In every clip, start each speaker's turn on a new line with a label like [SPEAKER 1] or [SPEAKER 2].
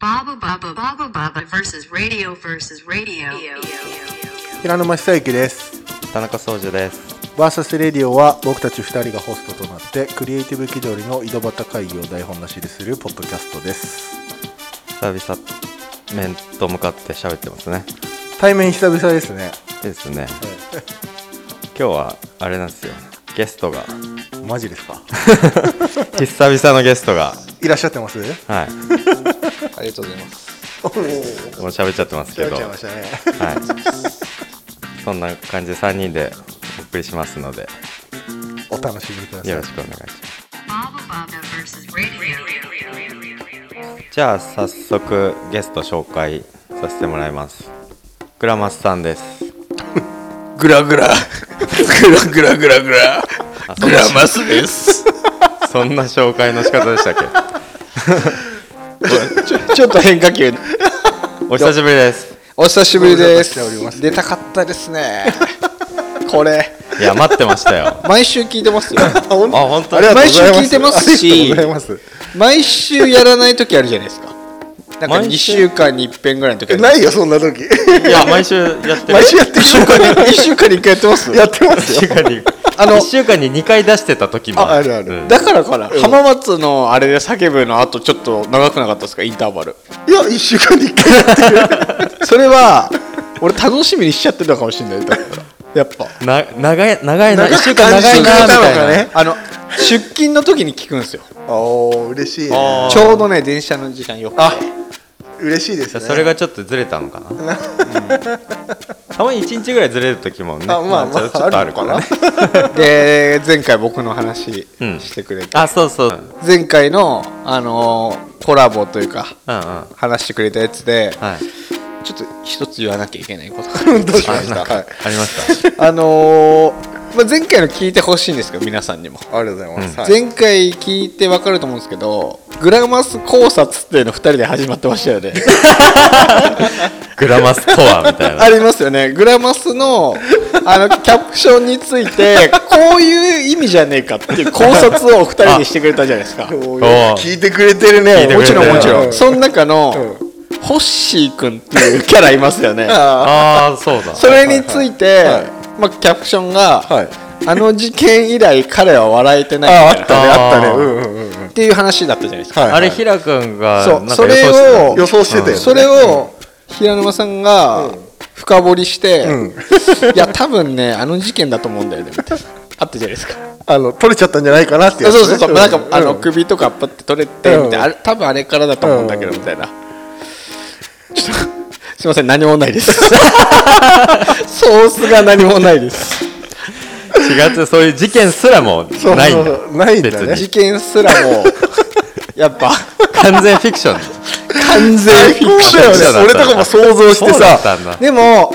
[SPEAKER 1] Baba Baba Baba Baba versus radio versus radio.
[SPEAKER 2] 平沼久之です
[SPEAKER 3] 田中総樹です
[SPEAKER 2] バーサスレディオは僕たち2人がホストとなってクリエイティブ気取りの井戸端会議を台本なしにするポッドキャストです
[SPEAKER 3] 久々面と向かって喋ってますね
[SPEAKER 2] 対面久々ですね
[SPEAKER 3] ですね今日はあれなんですよゲストが
[SPEAKER 2] マジですか
[SPEAKER 3] 久々のゲストが
[SPEAKER 2] いらっしゃってます
[SPEAKER 3] はい
[SPEAKER 4] ありがとうございます。
[SPEAKER 2] おお
[SPEAKER 3] もう喋っちゃってますけ
[SPEAKER 2] やっ
[SPEAKER 3] ど
[SPEAKER 2] ちゃいましたね
[SPEAKER 3] はいそんな感じで3人でお送りしますので
[SPEAKER 2] お楽しみください
[SPEAKER 3] よろしくお願いします
[SPEAKER 1] Baba Baba versus radio.
[SPEAKER 3] じゃあ早速ゲスト紹介させてもらいますグラマスさんです
[SPEAKER 4] グラグラ。グラグラグラグラ。グラマスです。
[SPEAKER 3] そんな紹介の仕方でしたっけ
[SPEAKER 4] ちょちょっと変化球。
[SPEAKER 3] お久しぶりです
[SPEAKER 4] お久しぶりで
[SPEAKER 2] ご無沙汰しております
[SPEAKER 4] す。出たかったですね。これ、
[SPEAKER 3] いや待ってましたよ
[SPEAKER 4] 毎週聞いて ますよ。
[SPEAKER 2] あ本
[SPEAKER 3] あ本当
[SPEAKER 2] ありがとうござい
[SPEAKER 4] 毎週聞いてますし
[SPEAKER 2] ありがとうございます
[SPEAKER 4] 毎週やらない時あるじゃないですか。なんか
[SPEAKER 3] 毎週
[SPEAKER 4] 2週間に一遍ぐらいの時あ
[SPEAKER 2] え
[SPEAKER 4] る。
[SPEAKER 2] ないよそんな時
[SPEAKER 3] いや毎週やってる
[SPEAKER 2] 毎週やってる
[SPEAKER 4] 1週間に1週間に1回やってます
[SPEAKER 2] やってます
[SPEAKER 3] 週
[SPEAKER 2] よ
[SPEAKER 3] 間に
[SPEAKER 4] あの
[SPEAKER 3] 1週間に2回出してた時も
[SPEAKER 2] ああるある
[SPEAKER 3] うん
[SPEAKER 4] だからかな、浜松のあれで叫ぶのあとちょっと長くなかったですかインターバル
[SPEAKER 2] いや1週間に1回やってる
[SPEAKER 4] それは俺楽しみにしちゃってたかもしれないだからやっぱ
[SPEAKER 3] な長い長いな
[SPEAKER 2] 長い
[SPEAKER 3] 1週間長いな
[SPEAKER 2] 感
[SPEAKER 3] み
[SPEAKER 2] じなの
[SPEAKER 3] たいな
[SPEAKER 2] かね
[SPEAKER 4] あの出勤の時に聞くんですよ
[SPEAKER 2] おー嬉しいね
[SPEAKER 3] あー
[SPEAKER 4] ちょうどね電車の時間よく
[SPEAKER 2] あ嬉しいです
[SPEAKER 3] じゃあ
[SPEAKER 2] ね
[SPEAKER 3] それがちょっとずれたのかな、たまに1日ぐらいずれる時もね
[SPEAKER 2] あまあまあ
[SPEAKER 3] ちょちょっとあるからね
[SPEAKER 4] で前回僕の話
[SPEAKER 3] うん
[SPEAKER 4] してくれて、
[SPEAKER 3] あそうそううんうん
[SPEAKER 4] 前回の、あのーコラボというか
[SPEAKER 3] は
[SPEAKER 4] 話してくれたやつで、
[SPEAKER 3] いあ
[SPEAKER 4] ちょっと一つ言わなきゃいけないことがどうしまし
[SPEAKER 3] な
[SPEAKER 4] た
[SPEAKER 3] んか
[SPEAKER 4] はい
[SPEAKER 3] ありました
[SPEAKER 4] あのーまあ、前回の聞いてほしいんですけど皆さんにも、
[SPEAKER 2] ありがとうございます、はい
[SPEAKER 4] 前回聞いてわかると思うんですけどグラマス考察っていうの2人で始まってましたよね
[SPEAKER 3] グラマスとはみたいな
[SPEAKER 4] ありますよね。グラマスの、あの、キャプションについて、こういう意味じゃねえかっていう考察をお二人でしてくれたじゃないですか。も
[SPEAKER 2] おー
[SPEAKER 3] おー
[SPEAKER 2] 聞いてくれてるね
[SPEAKER 3] 聞いてくれ
[SPEAKER 4] ち
[SPEAKER 3] てる
[SPEAKER 4] ろんもちろ。
[SPEAKER 2] うん
[SPEAKER 4] その中の
[SPEAKER 2] う、
[SPEAKER 4] ホッシーくんっていうキャラいます よね。
[SPEAKER 3] ああそうだ
[SPEAKER 4] それについて
[SPEAKER 2] はい、
[SPEAKER 4] まあ、キャプションが、
[SPEAKER 2] はい
[SPEAKER 4] あの事件以来彼は笑えてない
[SPEAKER 2] ああ
[SPEAKER 4] み
[SPEAKER 2] ったた
[SPEAKER 4] い
[SPEAKER 2] ね
[SPEAKER 3] あー
[SPEAKER 2] あったねうんうんうんうん
[SPEAKER 4] なっていう話だったじゃないですか。
[SPEAKER 2] はい
[SPEAKER 3] あれひらくんが
[SPEAKER 4] そう
[SPEAKER 3] なんか
[SPEAKER 4] それ
[SPEAKER 3] 予想してた
[SPEAKER 4] を
[SPEAKER 2] 予想してたよ、ね
[SPEAKER 4] それを平沼さんが深掘りして、
[SPEAKER 2] うん
[SPEAKER 4] いや多分ねあの事件だと思うんだよねみたいなあったじゃないですか
[SPEAKER 2] あの取れちゃったんじゃないかなってやつね
[SPEAKER 4] そうそうそう、なんか、
[SPEAKER 2] う
[SPEAKER 4] あの首とかパッて取れて、
[SPEAKER 2] うん
[SPEAKER 4] みたいなあれ多分あれからだと思うんだけど、
[SPEAKER 2] うん
[SPEAKER 4] みたいなちょっとすいません何もないですソースが何もないです
[SPEAKER 3] 違ってそういう事件すらも
[SPEAKER 2] そう
[SPEAKER 3] ない
[SPEAKER 2] そ
[SPEAKER 3] ん
[SPEAKER 2] う
[SPEAKER 3] だ
[SPEAKER 2] そうないんだね
[SPEAKER 3] 別に
[SPEAKER 4] 事件すらもやっぱ
[SPEAKER 3] 完全フィクション
[SPEAKER 4] 完全フィクション
[SPEAKER 2] そうだよ ね俺とかも想像してさ
[SPEAKER 3] そうだったんだ
[SPEAKER 4] でも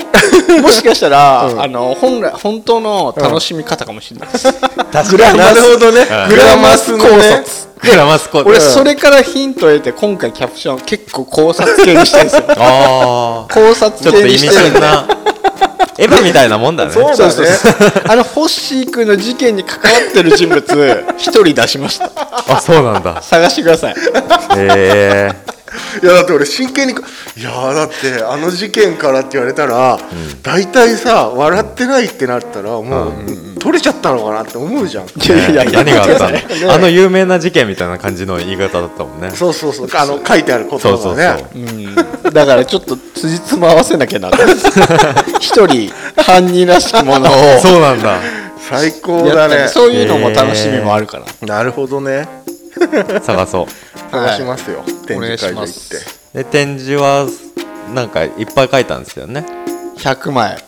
[SPEAKER 4] もしかしたら、
[SPEAKER 2] うん
[SPEAKER 4] あの本来本当の楽しみ方かもしれないです、
[SPEAKER 2] グラなるほどね
[SPEAKER 3] うん
[SPEAKER 2] グラマスのね
[SPEAKER 4] 考察
[SPEAKER 3] グラマスコ
[SPEAKER 4] 俺それからヒントを得て今回キャプション結構考察系にしてるんですよ
[SPEAKER 3] ああ
[SPEAKER 4] 考察
[SPEAKER 3] ちょっと
[SPEAKER 4] 系
[SPEAKER 3] 意
[SPEAKER 4] に
[SPEAKER 3] 味
[SPEAKER 4] してる
[SPEAKER 3] 深なエヴァみたいなもんだね
[SPEAKER 2] そうだね
[SPEAKER 4] あのホッシー君の事件に関わってる人物一人出しました
[SPEAKER 3] あそうなんだ
[SPEAKER 4] 探してください
[SPEAKER 3] へえ
[SPEAKER 2] いやだって俺真剣にいやだってあの事件からって言われたら、大体さ笑ってないってなったらもう、取れちゃったのかなって思うじゃん
[SPEAKER 4] いやいやいや
[SPEAKER 3] 何があった
[SPEAKER 4] 待ってください
[SPEAKER 3] のあの有名な事件みたいな感じの言い方だったもんね
[SPEAKER 2] そうそうそうあの書いてある言葉
[SPEAKER 3] そう
[SPEAKER 2] がね
[SPEAKER 3] そうそう
[SPEAKER 4] うんだからちょっと辻褄合わせなきゃなと思 って一人犯人らしきものを
[SPEAKER 3] そうなんだ
[SPEAKER 2] 最高
[SPEAKER 4] や
[SPEAKER 2] だ
[SPEAKER 4] った
[SPEAKER 2] ね
[SPEAKER 4] りそういうのも楽しみもあるから、
[SPEAKER 2] なるほどね
[SPEAKER 3] 探そう
[SPEAKER 2] 探しますよ、展
[SPEAKER 4] お願
[SPEAKER 2] 示
[SPEAKER 4] い
[SPEAKER 2] 会
[SPEAKER 4] し
[SPEAKER 2] で行
[SPEAKER 4] ま
[SPEAKER 2] って
[SPEAKER 4] す
[SPEAKER 3] で展示はなんかいっぱい書いたんですよね
[SPEAKER 4] 100枚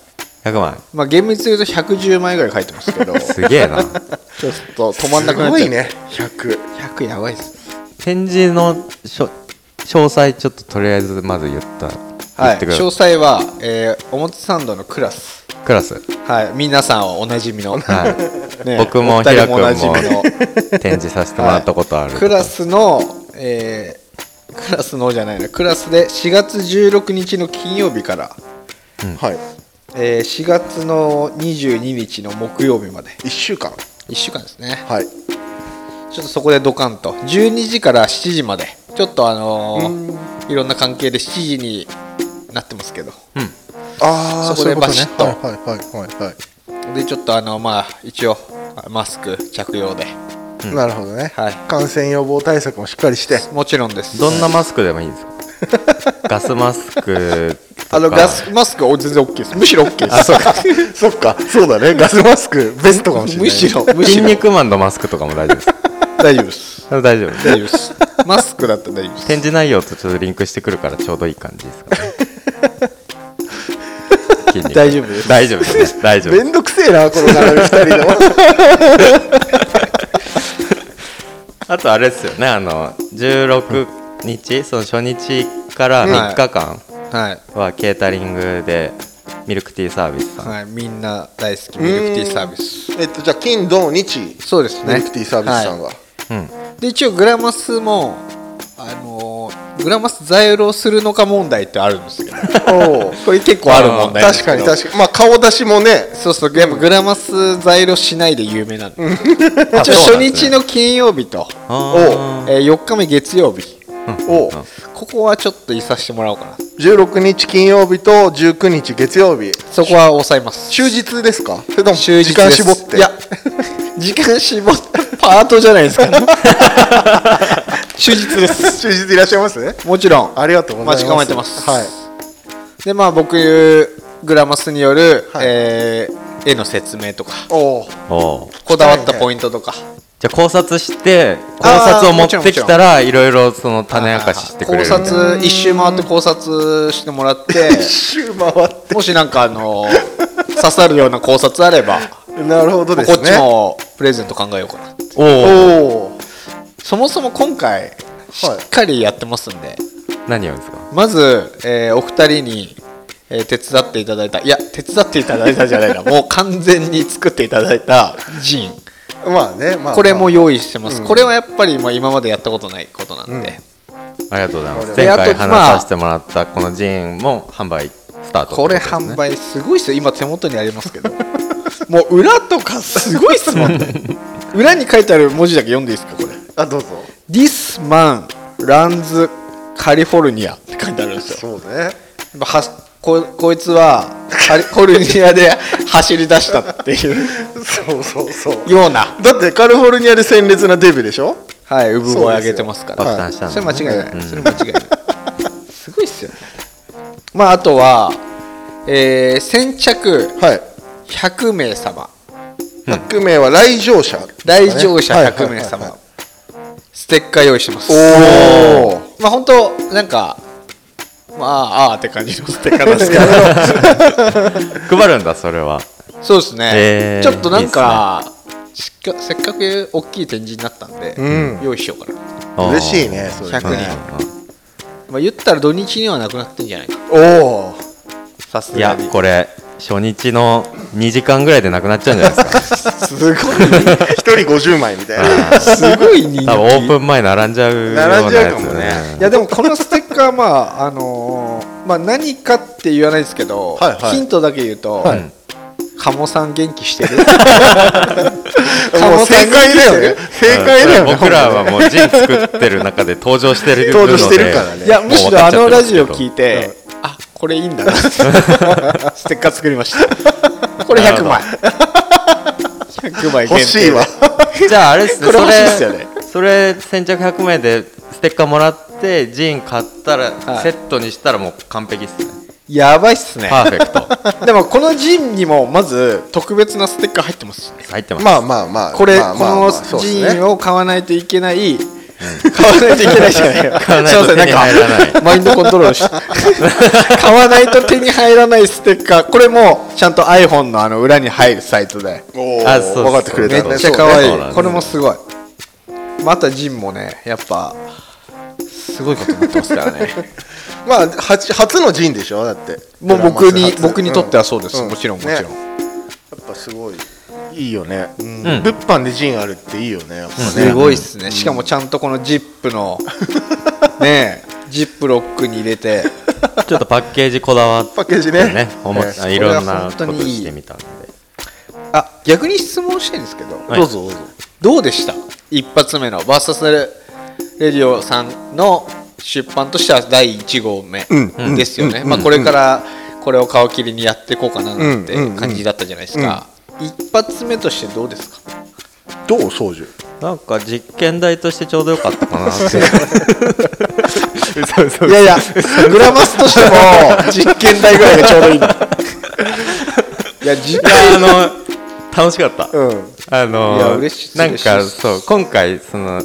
[SPEAKER 3] 100枚
[SPEAKER 4] まあ厳密に言うと110枚ぐらい書いてますけど
[SPEAKER 3] すげえな
[SPEAKER 4] ちょっと止まんなくなっ
[SPEAKER 2] すご
[SPEAKER 4] ちゃ、
[SPEAKER 2] いうね100
[SPEAKER 4] 100やばいです
[SPEAKER 3] 展示のしょ詳細ちょっととりあえずまず言った
[SPEAKER 4] は
[SPEAKER 3] 言
[SPEAKER 4] い
[SPEAKER 3] ってくださ
[SPEAKER 4] 詳
[SPEAKER 3] い
[SPEAKER 4] 細は、えー、表参道のクラス
[SPEAKER 3] クラス
[SPEAKER 4] はい皆さんはおなじみの、
[SPEAKER 3] はい、
[SPEAKER 4] ね
[SPEAKER 3] 僕も
[SPEAKER 4] お二
[SPEAKER 3] 平
[SPEAKER 4] 人
[SPEAKER 3] 君
[SPEAKER 4] おなじみ
[SPEAKER 3] も
[SPEAKER 4] の
[SPEAKER 3] 展示させてもらったことある、
[SPEAKER 4] はいクラスの、えークラスのじゃないなクラスで4月16日の金曜日から、
[SPEAKER 2] はい
[SPEAKER 4] えー4月の22日の木曜日まで
[SPEAKER 2] 1週間
[SPEAKER 4] 1週間ですね
[SPEAKER 2] はい
[SPEAKER 4] ちょっとそこでドカンと12時から7時までちょっとあのーいろんな関係で7時になってますけど
[SPEAKER 2] ああ
[SPEAKER 4] そこで
[SPEAKER 2] ういうとね
[SPEAKER 4] バシッと
[SPEAKER 2] はいはいはいはいは
[SPEAKER 4] でちょっとあのまあ一応マスク着用で
[SPEAKER 2] い、なるほどね、
[SPEAKER 4] はい
[SPEAKER 2] 感染予防対策もしっかりして
[SPEAKER 4] もちろんです
[SPEAKER 3] どんなマスクでもいいんです かガスマスクとか
[SPEAKER 4] あのガスマスクは全然 OK ですむしろ OK です
[SPEAKER 2] そうか そっかそうだねガスマスクベストかもしれない
[SPEAKER 4] むしろむし
[SPEAKER 3] 筋
[SPEAKER 4] ろ
[SPEAKER 3] 肉マンのマスクとかも大丈夫 です
[SPEAKER 4] 大丈夫です
[SPEAKER 3] 大丈夫です
[SPEAKER 4] 大丈夫ですマスクだったら大丈夫です
[SPEAKER 3] 展示内容とちょっとリンクしてくるからちょうどいい感じですか ね筋肉
[SPEAKER 4] 大丈夫です
[SPEAKER 3] 大丈夫です ね大丈夫
[SPEAKER 2] め
[SPEAKER 3] です
[SPEAKER 2] んどくせえなこの並び2人でも
[SPEAKER 3] あとあれですよねあの16日その初日から3日間
[SPEAKER 4] はい
[SPEAKER 3] はケータリングでミルクティーサービスさん、
[SPEAKER 4] はい、みんな大好きミルクティーサービス
[SPEAKER 2] えっとじゃあ金土日
[SPEAKER 4] そうですね
[SPEAKER 2] ミルクティーサービスさんは、
[SPEAKER 3] うん、
[SPEAKER 4] いで一応グラマスもあのーグラマス在労するのか問題ってあるんですけど
[SPEAKER 2] おお
[SPEAKER 4] これ結構ある問題なんです
[SPEAKER 2] 確
[SPEAKER 4] け
[SPEAKER 2] か
[SPEAKER 4] ど
[SPEAKER 2] に確かにまあ顔出しもね
[SPEAKER 4] そうそうやっぱグラマス在労しないで有名なんで 一応
[SPEAKER 3] そう
[SPEAKER 4] 初
[SPEAKER 3] なんです
[SPEAKER 4] 日
[SPEAKER 3] ね
[SPEAKER 4] の金曜日と、
[SPEAKER 3] あ
[SPEAKER 4] え4日目月曜日
[SPEAKER 2] お
[SPEAKER 4] ここはちょっといさせてもらおうかな
[SPEAKER 2] 16日金曜日と19日月曜日
[SPEAKER 4] そこは抑えます
[SPEAKER 2] 終日ですかそれとも
[SPEAKER 4] 終日
[SPEAKER 2] 時間絞って
[SPEAKER 4] いや 時間絞ってパートじゃないですか終日です
[SPEAKER 2] 終日いらっしゃいますね
[SPEAKER 4] もちろん
[SPEAKER 2] ありがとうございます
[SPEAKER 4] 待ち構えてます
[SPEAKER 2] はい
[SPEAKER 4] でまあ僕グラマスによる、
[SPEAKER 2] はい
[SPEAKER 4] えー絵の説明とか
[SPEAKER 2] おお
[SPEAKER 3] ーおう
[SPEAKER 4] こだわったポイントとか
[SPEAKER 3] じゃあ考察して考
[SPEAKER 4] あー
[SPEAKER 3] 察を持
[SPEAKER 4] もちろ
[SPEAKER 3] っ
[SPEAKER 4] んも
[SPEAKER 3] て
[SPEAKER 4] ちろ
[SPEAKER 3] き
[SPEAKER 4] ん
[SPEAKER 3] たらいろいろその種明かししてくれ
[SPEAKER 4] 考
[SPEAKER 3] るみたいな
[SPEAKER 4] 察一周回って考察してもらって
[SPEAKER 2] 週回って
[SPEAKER 4] もしなんかあの刺さるような考察あれば、
[SPEAKER 2] なるほどです
[SPEAKER 4] こ
[SPEAKER 2] ね
[SPEAKER 4] っちもプレゼント考えようかな
[SPEAKER 3] おう
[SPEAKER 2] おお
[SPEAKER 4] そもそも今回しっかりやってますんで、
[SPEAKER 3] 何をですか
[SPEAKER 4] まず、えーお二人に、えー手伝っていただいたいや手伝っていただいたじゃないなもう完全に作っていただいたジン
[SPEAKER 2] まあねまあ
[SPEAKER 4] これも
[SPEAKER 2] ま
[SPEAKER 4] 用意してます、これはやっぱりまあ今までやったことないことなんで、
[SPEAKER 3] ありがとうございます
[SPEAKER 4] で
[SPEAKER 3] 前
[SPEAKER 4] あ
[SPEAKER 3] 回
[SPEAKER 4] とまあ
[SPEAKER 3] 話させてもらったこのジーンも販売スタートって
[SPEAKER 4] これ
[SPEAKER 3] とですね
[SPEAKER 4] 販売すごいっすよ今手元にありますけどもう裏とかすごいっすもんね裏に書いてある文字だけ読んでいいですかこれ
[SPEAKER 2] ああどうぞ
[SPEAKER 4] This man runs California って書いてあるんですよ
[SPEAKER 2] そうね
[SPEAKER 4] やっぱはここいつはカリフ ォルニアで走り出したっていう
[SPEAKER 2] そうそうそう
[SPEAKER 4] ような、
[SPEAKER 2] だってカリフォルニアで鮮烈なデビューでしょ
[SPEAKER 4] はい、産声上げてますから
[SPEAKER 3] 爆誕したん
[SPEAKER 4] そ
[SPEAKER 3] だね
[SPEAKER 4] れ間違いない、それ間違いないすごいっすよねまああとは、えー先着
[SPEAKER 2] はい
[SPEAKER 4] 100名様
[SPEAKER 2] 100名は来場者ですかね、
[SPEAKER 4] 来場者100名
[SPEAKER 2] はいはいはいは
[SPEAKER 4] 様
[SPEAKER 2] い
[SPEAKER 4] ステッカー用意してます
[SPEAKER 2] おー
[SPEAKER 4] まあ本当なんかまああーって感じのステッカーなんですけど
[SPEAKER 3] 配るんだそれは
[SPEAKER 4] そうですね、
[SPEAKER 3] えー
[SPEAKER 4] ちょっとなんかしっかせっかく大きい展示になったんで、
[SPEAKER 2] ん
[SPEAKER 4] 用意しようかな、
[SPEAKER 2] 嬉しいねそれ
[SPEAKER 4] 100人、
[SPEAKER 3] 人
[SPEAKER 4] まあ、言ったら土日にはなくなってんじゃないか
[SPEAKER 2] おお
[SPEAKER 4] さす
[SPEAKER 3] いや
[SPEAKER 4] がに
[SPEAKER 3] これ初日の2時間ぐらいでなくなっちゃうんじゃないですか
[SPEAKER 4] すごい
[SPEAKER 2] 1人50枚み たいな
[SPEAKER 4] すごい人気
[SPEAKER 3] 多分オープン前並んじゃうような
[SPEAKER 2] 並んじゃう
[SPEAKER 3] や
[SPEAKER 2] か
[SPEAKER 3] つ
[SPEAKER 2] も
[SPEAKER 3] よ
[SPEAKER 2] ね
[SPEAKER 4] いやでもこのステッカーまああのーまあ何かって言わないですけど、
[SPEAKER 2] はいはい
[SPEAKER 4] ヒントだけ言うと、
[SPEAKER 2] はい
[SPEAKER 4] 鴨さん元気して る
[SPEAKER 2] もう正解だよね正解だよね
[SPEAKER 3] 僕らはもう陣作ってる中で登場してるので
[SPEAKER 2] 登場してるからね
[SPEAKER 4] いやむしろあのラジオ聞い
[SPEAKER 3] て
[SPEAKER 4] て、あこれいいんだな ステッカー作りましたこれ100枚100枚限定
[SPEAKER 2] 欲しいわ
[SPEAKER 3] じゃああれっすね
[SPEAKER 4] こ
[SPEAKER 3] そ
[SPEAKER 4] れ欲
[SPEAKER 3] れ
[SPEAKER 4] しいっすよね
[SPEAKER 3] それ先着100名でステッカーもらってジン買ったら、
[SPEAKER 4] はい
[SPEAKER 3] セットにしたらもう完璧っすね
[SPEAKER 4] やばいっすね
[SPEAKER 3] パーフェクト
[SPEAKER 4] でもこのジンにもまず特別なステッカー入ってます
[SPEAKER 3] 入ってます、
[SPEAKER 2] まあまあまあ
[SPEAKER 4] これ、
[SPEAKER 2] まあまあまあ
[SPEAKER 4] こ
[SPEAKER 2] そう
[SPEAKER 4] の
[SPEAKER 2] です
[SPEAKER 4] ジ
[SPEAKER 2] ね
[SPEAKER 4] ンを買わないといけない、買わないといけないじゃないよ
[SPEAKER 3] 買わないと手に入らない
[SPEAKER 4] すませんんかマインドコントロールし買わないと手に入らないステッカーこれもちゃんと iPhone のあの裏に入るサイトで
[SPEAKER 2] おー
[SPEAKER 3] あそうそう
[SPEAKER 2] 分かってくれ
[SPEAKER 4] め
[SPEAKER 2] た
[SPEAKER 4] っちゃ可
[SPEAKER 3] そうなん
[SPEAKER 4] 愛
[SPEAKER 3] で
[SPEAKER 4] い
[SPEAKER 3] す
[SPEAKER 4] これもすごいまたジンもねやっぱすごいことになってますからね
[SPEAKER 2] まあ初初の陣でしょだって
[SPEAKER 4] もう僕に
[SPEAKER 2] 初
[SPEAKER 4] 僕にとってはそうです、
[SPEAKER 2] うん
[SPEAKER 4] もちろんもちろん、
[SPEAKER 2] ねやっぱすごいいいよね、うん物販で陣あるっていいよねやっぱね、
[SPEAKER 4] すごいっすね、しかもちゃんとこのジップのねえジップロックに入れて
[SPEAKER 3] ちょっとパッケージこだわって
[SPEAKER 2] パッケージね
[SPEAKER 3] ねおも
[SPEAKER 2] ね
[SPEAKER 3] あいろんな
[SPEAKER 4] これは本
[SPEAKER 3] こ
[SPEAKER 4] 当
[SPEAKER 3] と
[SPEAKER 4] にいい
[SPEAKER 3] してみたんで
[SPEAKER 4] あ逆に質問したいんですけど、
[SPEAKER 3] はい
[SPEAKER 2] どうぞどうぞ
[SPEAKER 4] どうでした一発目の VS レディオさんの出版としては第1号目
[SPEAKER 2] うん
[SPEAKER 4] ですよね、
[SPEAKER 2] うん
[SPEAKER 4] まあ、これからこれを皮切りにやっていこうかななんて
[SPEAKER 2] うん
[SPEAKER 4] 感じだったじゃないですか、一発目としてどうですか
[SPEAKER 2] どう掃除
[SPEAKER 3] なんか実験台としてちょうどよかったかなって
[SPEAKER 2] そうそ
[SPEAKER 4] いやいやグラマスとしても実験台ぐらいがちょうどいいの いや実
[SPEAKER 3] あの楽しかった、
[SPEAKER 4] うん
[SPEAKER 3] あの
[SPEAKER 4] いや嬉しい
[SPEAKER 3] なんか
[SPEAKER 4] 嬉しい
[SPEAKER 3] そう今回その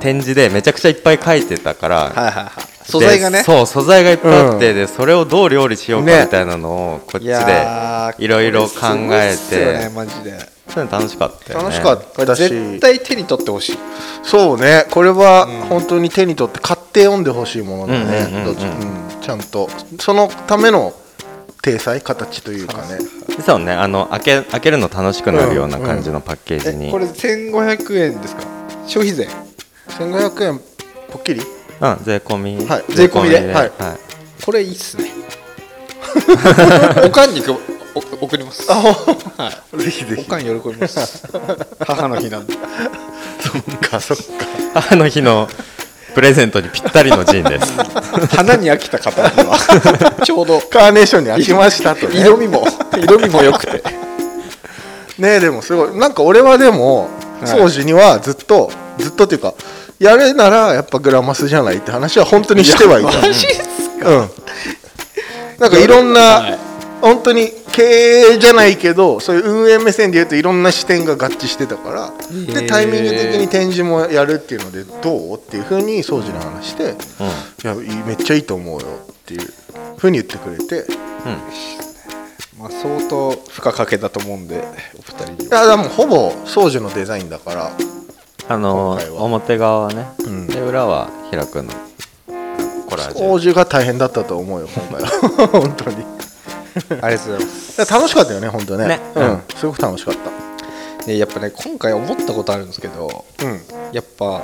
[SPEAKER 3] 展示でめちゃくちゃいっぱい書いてたから、
[SPEAKER 4] はいはいはい素材がね
[SPEAKER 3] でそう素材がいっぱいあって、でそれをどう料理しようかみたいなのをこっち
[SPEAKER 4] い
[SPEAKER 3] で
[SPEAKER 4] やー
[SPEAKER 3] いろいろ考え
[SPEAKER 4] これすごいっすよね
[SPEAKER 3] て
[SPEAKER 4] マジで
[SPEAKER 3] そういうの楽しかったよね
[SPEAKER 4] 楽しかった、
[SPEAKER 2] だし
[SPEAKER 4] 絶対手に取ってほしい
[SPEAKER 2] そうねこれは本当に手に取って買って読んでほしいものだねどっちうんちゃんとそのための体裁形というかね
[SPEAKER 3] そうねあの開け開けるの楽しくなるような感じのパッケージに、
[SPEAKER 4] これ1500円ですか消費税
[SPEAKER 2] 1500円ポッキリ
[SPEAKER 3] うん、税込み、
[SPEAKER 2] はい
[SPEAKER 4] 税込みで
[SPEAKER 2] は
[SPEAKER 3] はいい
[SPEAKER 4] これいいっすねおかんにくお送りますはい
[SPEAKER 2] ぜひぜ
[SPEAKER 4] おかん喜びます母の日なんで
[SPEAKER 2] そっかそっか
[SPEAKER 3] 母の日のプレゼントにぴったりのジンです
[SPEAKER 4] 花に飽きた方には ちょうど
[SPEAKER 2] カーネーションに飽きましたとね
[SPEAKER 4] 色味 も色味も良くて
[SPEAKER 2] ねえでもすごいなんか俺はでも
[SPEAKER 4] い
[SPEAKER 2] 掃除にはずっとずっとっていうかやるならやっぱグラマスじゃないって話は本当にしてはいた
[SPEAKER 4] マジっすか
[SPEAKER 2] うんなんかいろんな、
[SPEAKER 4] はい
[SPEAKER 2] 本当に経営じゃないけどそういう運営目線でいうといろんな視点が合致してたから
[SPEAKER 4] へ
[SPEAKER 2] で
[SPEAKER 4] ー
[SPEAKER 2] タイミング的に展示もやるっていうのでどうっていうふうに掃除の話して、いやいいめっちゃいいと思うよっていうふうに言ってくれて
[SPEAKER 4] まあ相当負荷かけたと思うんでお二人に
[SPEAKER 2] いやでもほぼ掃除のデザインだから
[SPEAKER 3] あの
[SPEAKER 2] 今回は
[SPEAKER 3] 表側はね、
[SPEAKER 2] ん
[SPEAKER 3] で裏は開くのコラージュ
[SPEAKER 2] 掃除が大変だったと思うよ今回は 本当にい
[SPEAKER 4] ありがとうございます
[SPEAKER 2] や楽しかったよね本当ね
[SPEAKER 3] ね
[SPEAKER 2] う
[SPEAKER 3] うんん、
[SPEAKER 2] すごく楽しかった
[SPEAKER 4] ねやっぱね今回思ったことあるんですけど
[SPEAKER 2] うん
[SPEAKER 4] やっぱ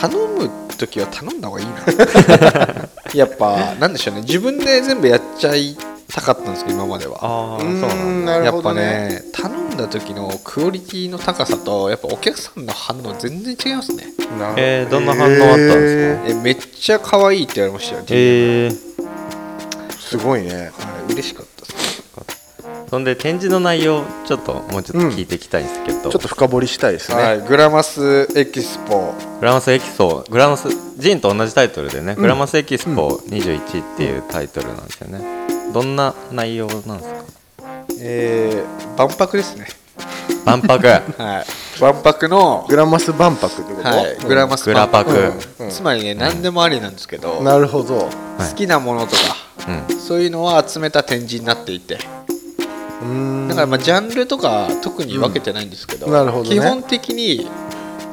[SPEAKER 4] 頼む時は頼んだ方がいいな やっぱなんでしょうね自分で全部やっちゃいたかったんですけど今までは
[SPEAKER 3] ああ
[SPEAKER 2] う
[SPEAKER 3] そ
[SPEAKER 2] ー
[SPEAKER 3] うなん
[SPEAKER 2] ん
[SPEAKER 3] だ
[SPEAKER 2] なる
[SPEAKER 4] や
[SPEAKER 2] ほ
[SPEAKER 4] っぱ
[SPEAKER 2] どね
[SPEAKER 4] ね頼んだ時のクオリティの高さとやっぱお客さんの反応全然違いますね
[SPEAKER 2] なるほ
[SPEAKER 3] えーどんな反応あったんですか
[SPEAKER 4] えめっちゃ可愛いって言われましたよ、
[SPEAKER 2] え
[SPEAKER 3] えー
[SPEAKER 2] ーすごいね
[SPEAKER 4] はい嬉しかったです
[SPEAKER 3] そんで展示の内容ちょっともうちょっと聞いていきたいんですけど、
[SPEAKER 2] ちょっと深掘りしたいですね、
[SPEAKER 4] はい、グラマスエキスポ
[SPEAKER 3] グラマスエキスポグラマスジンと同じタイトルでね、グラマスエキスポ21っていうタイトルなんですよねどんな内容なんですか
[SPEAKER 4] えー万博ですね
[SPEAKER 3] 万博
[SPEAKER 4] はい万博の
[SPEAKER 2] グラマス万博ってこと、
[SPEAKER 4] はい、グラマス
[SPEAKER 3] グラパク、
[SPEAKER 4] つまりね何でもありなんですけど、
[SPEAKER 2] なるほど
[SPEAKER 3] はい
[SPEAKER 4] 好きなものとか、
[SPEAKER 3] う
[SPEAKER 4] そういうのは集めた展示になっていてだからまあジャンルとか特に分けてないんですけど,、
[SPEAKER 2] うんなるほどね
[SPEAKER 4] 基本的に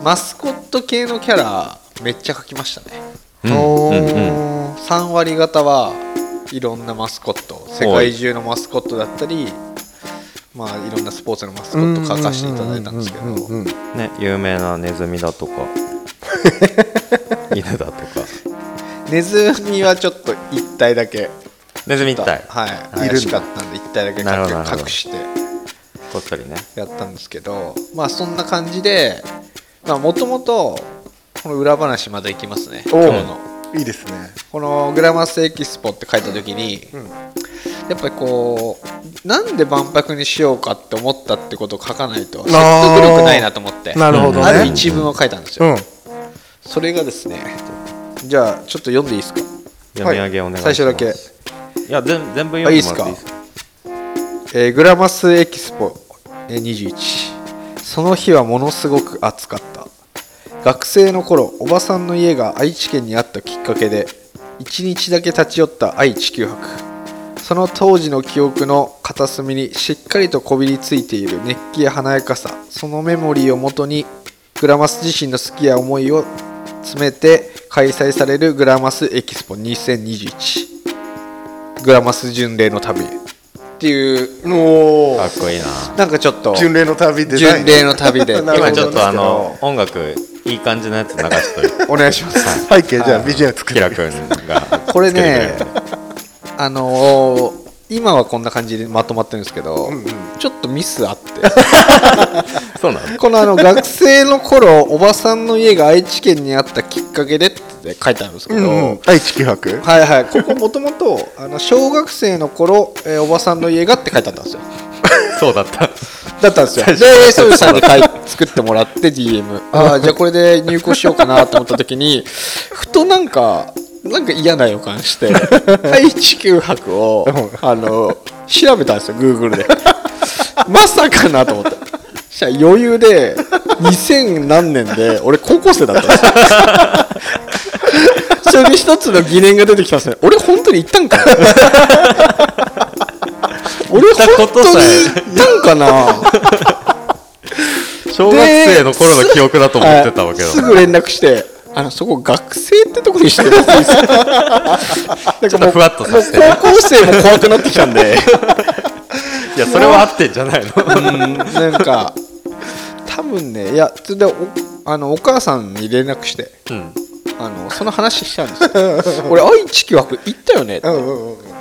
[SPEAKER 4] マスコット系のキャラめっちゃ描きましたね
[SPEAKER 3] うん
[SPEAKER 2] おー
[SPEAKER 4] 3割方はいろんなマスコット世界中のマスコットだったりまあいろんなスポーツのマスコット描かせていただいたんですけど、
[SPEAKER 2] うんうんうん
[SPEAKER 3] ね有名なネズミだとか犬だとか
[SPEAKER 4] ネズミはちょっと1体だけ
[SPEAKER 3] ネズミ一体
[SPEAKER 4] はい
[SPEAKER 2] いるんだ
[SPEAKER 4] 怪しかったんで1体だけ
[SPEAKER 3] なるほどなるほ
[SPEAKER 4] 隠
[SPEAKER 3] ど
[SPEAKER 4] 隠して
[SPEAKER 3] こっそりね
[SPEAKER 4] やったんですけどまあそんな感じでもともとこの裏話までいきますね
[SPEAKER 2] おう
[SPEAKER 4] 今日の
[SPEAKER 2] いいですね
[SPEAKER 4] この「グラマスエキスポ」って書いた時に、やっぱりこうなんで万博にしようかって思ったってことを書かないと説得力ないなと思って
[SPEAKER 2] なるほどね
[SPEAKER 4] ある一文を書いたんです
[SPEAKER 2] う
[SPEAKER 4] よ、
[SPEAKER 2] ん
[SPEAKER 4] それがですねじゃあちょっと読んでいいですか
[SPEAKER 3] 読み上げお願いします、
[SPEAKER 4] 最初だけ
[SPEAKER 3] いや全全部読んでもらってい
[SPEAKER 4] あい
[SPEAKER 3] い
[SPEAKER 4] いっ
[SPEAKER 3] ですす
[SPEAKER 4] か
[SPEAKER 3] か
[SPEAKER 4] えーグラマスエキスポえー21その日はものすごく暑かった学生の頃おばさんの家が愛知県にあったきっかけで1日だけ立ち寄った愛・地球博その当時の記憶の片隅にしっかりとこびりついている熱気や華やかさそのメモリーをもとにグラマス自身の好きや思いを詰めて開催されるグラマスエキスポ2021グラマス巡礼の旅へっていう
[SPEAKER 2] お
[SPEAKER 3] か
[SPEAKER 2] お
[SPEAKER 3] っこいいな
[SPEAKER 4] なんかちょっと
[SPEAKER 2] 巡礼の旅で
[SPEAKER 4] 巡礼の旅 で
[SPEAKER 2] なるほど
[SPEAKER 3] 今
[SPEAKER 2] ね
[SPEAKER 3] ちょっとあの音楽いい感じのやつ流しとる
[SPEAKER 4] お願いします
[SPEAKER 2] 背景じゃあ BGM 作
[SPEAKER 3] キラ
[SPEAKER 2] る
[SPEAKER 3] 君が
[SPEAKER 4] これねあのー今はこんな感じでまとまってるんですけど、ちょっとミスあって
[SPEAKER 3] そうなの
[SPEAKER 4] このあの学生の頃おばさんの家が愛知県にあったきっかけでって書いてあるんですけど、
[SPEAKER 2] うん、愛知気博
[SPEAKER 4] はいはいここもともとあの小学生の頃、えーおばさんの家がって書いてあったんですよ
[SPEAKER 3] そうだった
[SPEAKER 4] だったん ですよでそういうさんに書い作ってもらって DM ああじゃあこれで入稿しようかなと思った時に ふとなんかなんか嫌な予感 して愛知九博をあの調べたんですよ Google でまさかなと思ってそしたら余裕で2000何年で俺高校生だったん ですよそれで一つの疑念が出てきたんですね俺本当に行った んかな俺
[SPEAKER 3] 行った
[SPEAKER 4] 本
[SPEAKER 3] ことさ
[SPEAKER 4] 当に
[SPEAKER 3] え
[SPEAKER 4] 行ったんかな
[SPEAKER 3] 小学生の頃の記憶だと思ってたわけだ
[SPEAKER 4] はいす ぐ連絡してあのそこ学生ってとこにし てるんですよなんか
[SPEAKER 3] ちょっとふわっとさせてね
[SPEAKER 4] もう高校生も怖くなってきたんで
[SPEAKER 3] いやそれは合ってんじゃないの
[SPEAKER 4] うんなんか多分ねいやそれでおあのお母さんに連絡して
[SPEAKER 3] うん
[SPEAKER 4] あのその話したんですよ俺愛知企画行ったよねって、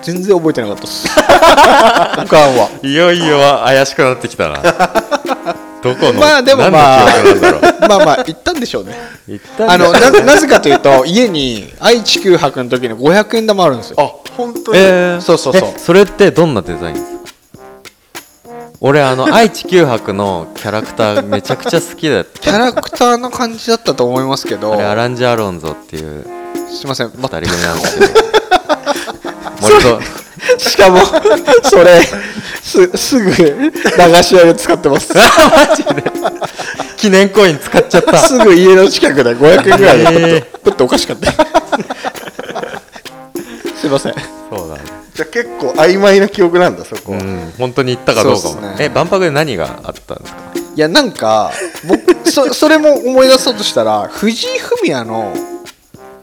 [SPEAKER 4] 全然覚えてなかった っすお母さんはい
[SPEAKER 3] よいよ怪しくなってきたなどこの
[SPEAKER 4] まあでもまあ
[SPEAKER 3] 何の記憶なんだろう
[SPEAKER 4] まあまあ行ったんでしょうね
[SPEAKER 3] 言ったんだ
[SPEAKER 4] あのななぜかというと家に愛知九博の時の500円玉あるんですよ
[SPEAKER 2] あ本当に、
[SPEAKER 3] えー
[SPEAKER 4] そうそうそう
[SPEAKER 3] えそれってどんなデザインですか俺あの愛知九博のキャラクターめちゃくちゃ好きだった
[SPEAKER 4] キャラクターの感じだったと思いますけど
[SPEAKER 3] あれアランジ・アロンゾっていう
[SPEAKER 4] すいません、
[SPEAKER 3] 二
[SPEAKER 4] ま、
[SPEAKER 3] 人組なんですけど 森と
[SPEAKER 4] しかもそれすすぐ流し屋で使ってます
[SPEAKER 3] 記念コイン使っちゃった
[SPEAKER 4] すぐ家の近くで500円ぐらいでプッと,、プッとおかしかった すいません
[SPEAKER 3] そうだね
[SPEAKER 2] じゃあ結構曖昧な記憶なんだそこ
[SPEAKER 3] う
[SPEAKER 2] は、
[SPEAKER 3] ん本当に行ったかどうか
[SPEAKER 4] そう
[SPEAKER 3] も
[SPEAKER 4] っすね
[SPEAKER 3] え万博で何があったんです か
[SPEAKER 4] いやなんか僕そそれも思い出そうとしたら藤井フミヤの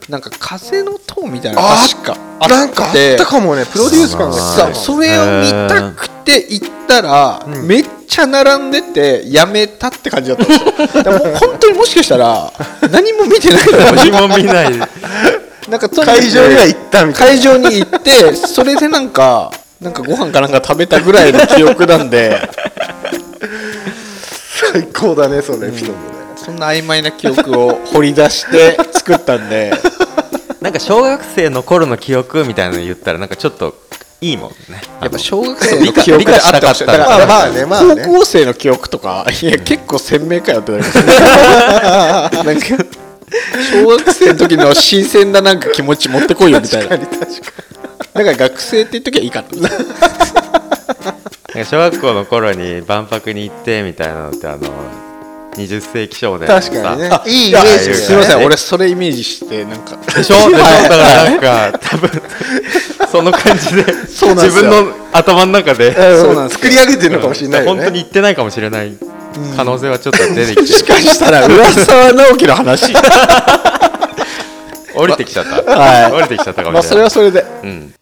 [SPEAKER 4] なんか風の塔みたいなのが
[SPEAKER 2] あ
[SPEAKER 4] 確かあって
[SPEAKER 2] なんかあったかもねプロデュース感が
[SPEAKER 3] あ
[SPEAKER 4] そう
[SPEAKER 3] ー
[SPEAKER 4] それを見たくて行ったら、めっちゃ並んでてやめたって感じだったんです よでも本当にもしかしたら何も見てないのかも
[SPEAKER 3] 何
[SPEAKER 4] しれない
[SPEAKER 3] も見ない
[SPEAKER 4] なんかとにかく
[SPEAKER 2] 会場には行ったみたい
[SPEAKER 4] 会場に行ってそれでなんかなんかご飯かなんか食べたぐらいの記憶なんで
[SPEAKER 2] な最高だねそのエピソードね、
[SPEAKER 4] そんな曖昧な記憶を掘り出して作ったんで
[SPEAKER 3] なんか小学生の頃の記憶みたいなの言ったらなんかちょっといい もんね
[SPEAKER 4] やっぱ小学生の
[SPEAKER 3] 理解
[SPEAKER 4] 記憶であってほしい
[SPEAKER 3] 理解したか
[SPEAKER 2] ま
[SPEAKER 3] った
[SPEAKER 2] あまあねまあね
[SPEAKER 4] 高校生の記憶とか、いや、結構鮮明かよってなりますねなんか、小学生の時の新鮮ななんか気持ち持ってこいよみたいな。
[SPEAKER 2] 確かに確か
[SPEAKER 4] だから学生って言っときゃいいかな。
[SPEAKER 3] なんか小学校の頃に万博に行ってみたいなのってあの20世紀少年のさ
[SPEAKER 2] 確かにね
[SPEAKER 3] あ
[SPEAKER 2] いいイ
[SPEAKER 4] い
[SPEAKER 2] メ
[SPEAKER 4] や
[SPEAKER 2] ージだね
[SPEAKER 4] すいません、俺それイメージして、なんか。
[SPEAKER 3] でしょでしょだから なんか多分その感じで
[SPEAKER 4] そうなんで
[SPEAKER 3] 自
[SPEAKER 4] す
[SPEAKER 3] 分
[SPEAKER 4] よ
[SPEAKER 3] の頭の中で
[SPEAKER 2] に
[SPEAKER 4] そうなんですよ
[SPEAKER 2] 作り上げてるのかもしれ ないよ
[SPEAKER 3] 本
[SPEAKER 2] ね
[SPEAKER 3] 当に行ってないかもしれない可能性はちょっと出てき て
[SPEAKER 4] しかした ら、浦沢直樹の話。
[SPEAKER 3] 降りてきちゃった、
[SPEAKER 4] はい
[SPEAKER 3] 降りてきちゃったか
[SPEAKER 4] ま
[SPEAKER 3] も
[SPEAKER 4] あ、
[SPEAKER 3] し
[SPEAKER 4] そ
[SPEAKER 3] れない、
[SPEAKER 4] れ はそれで。
[SPEAKER 3] うん、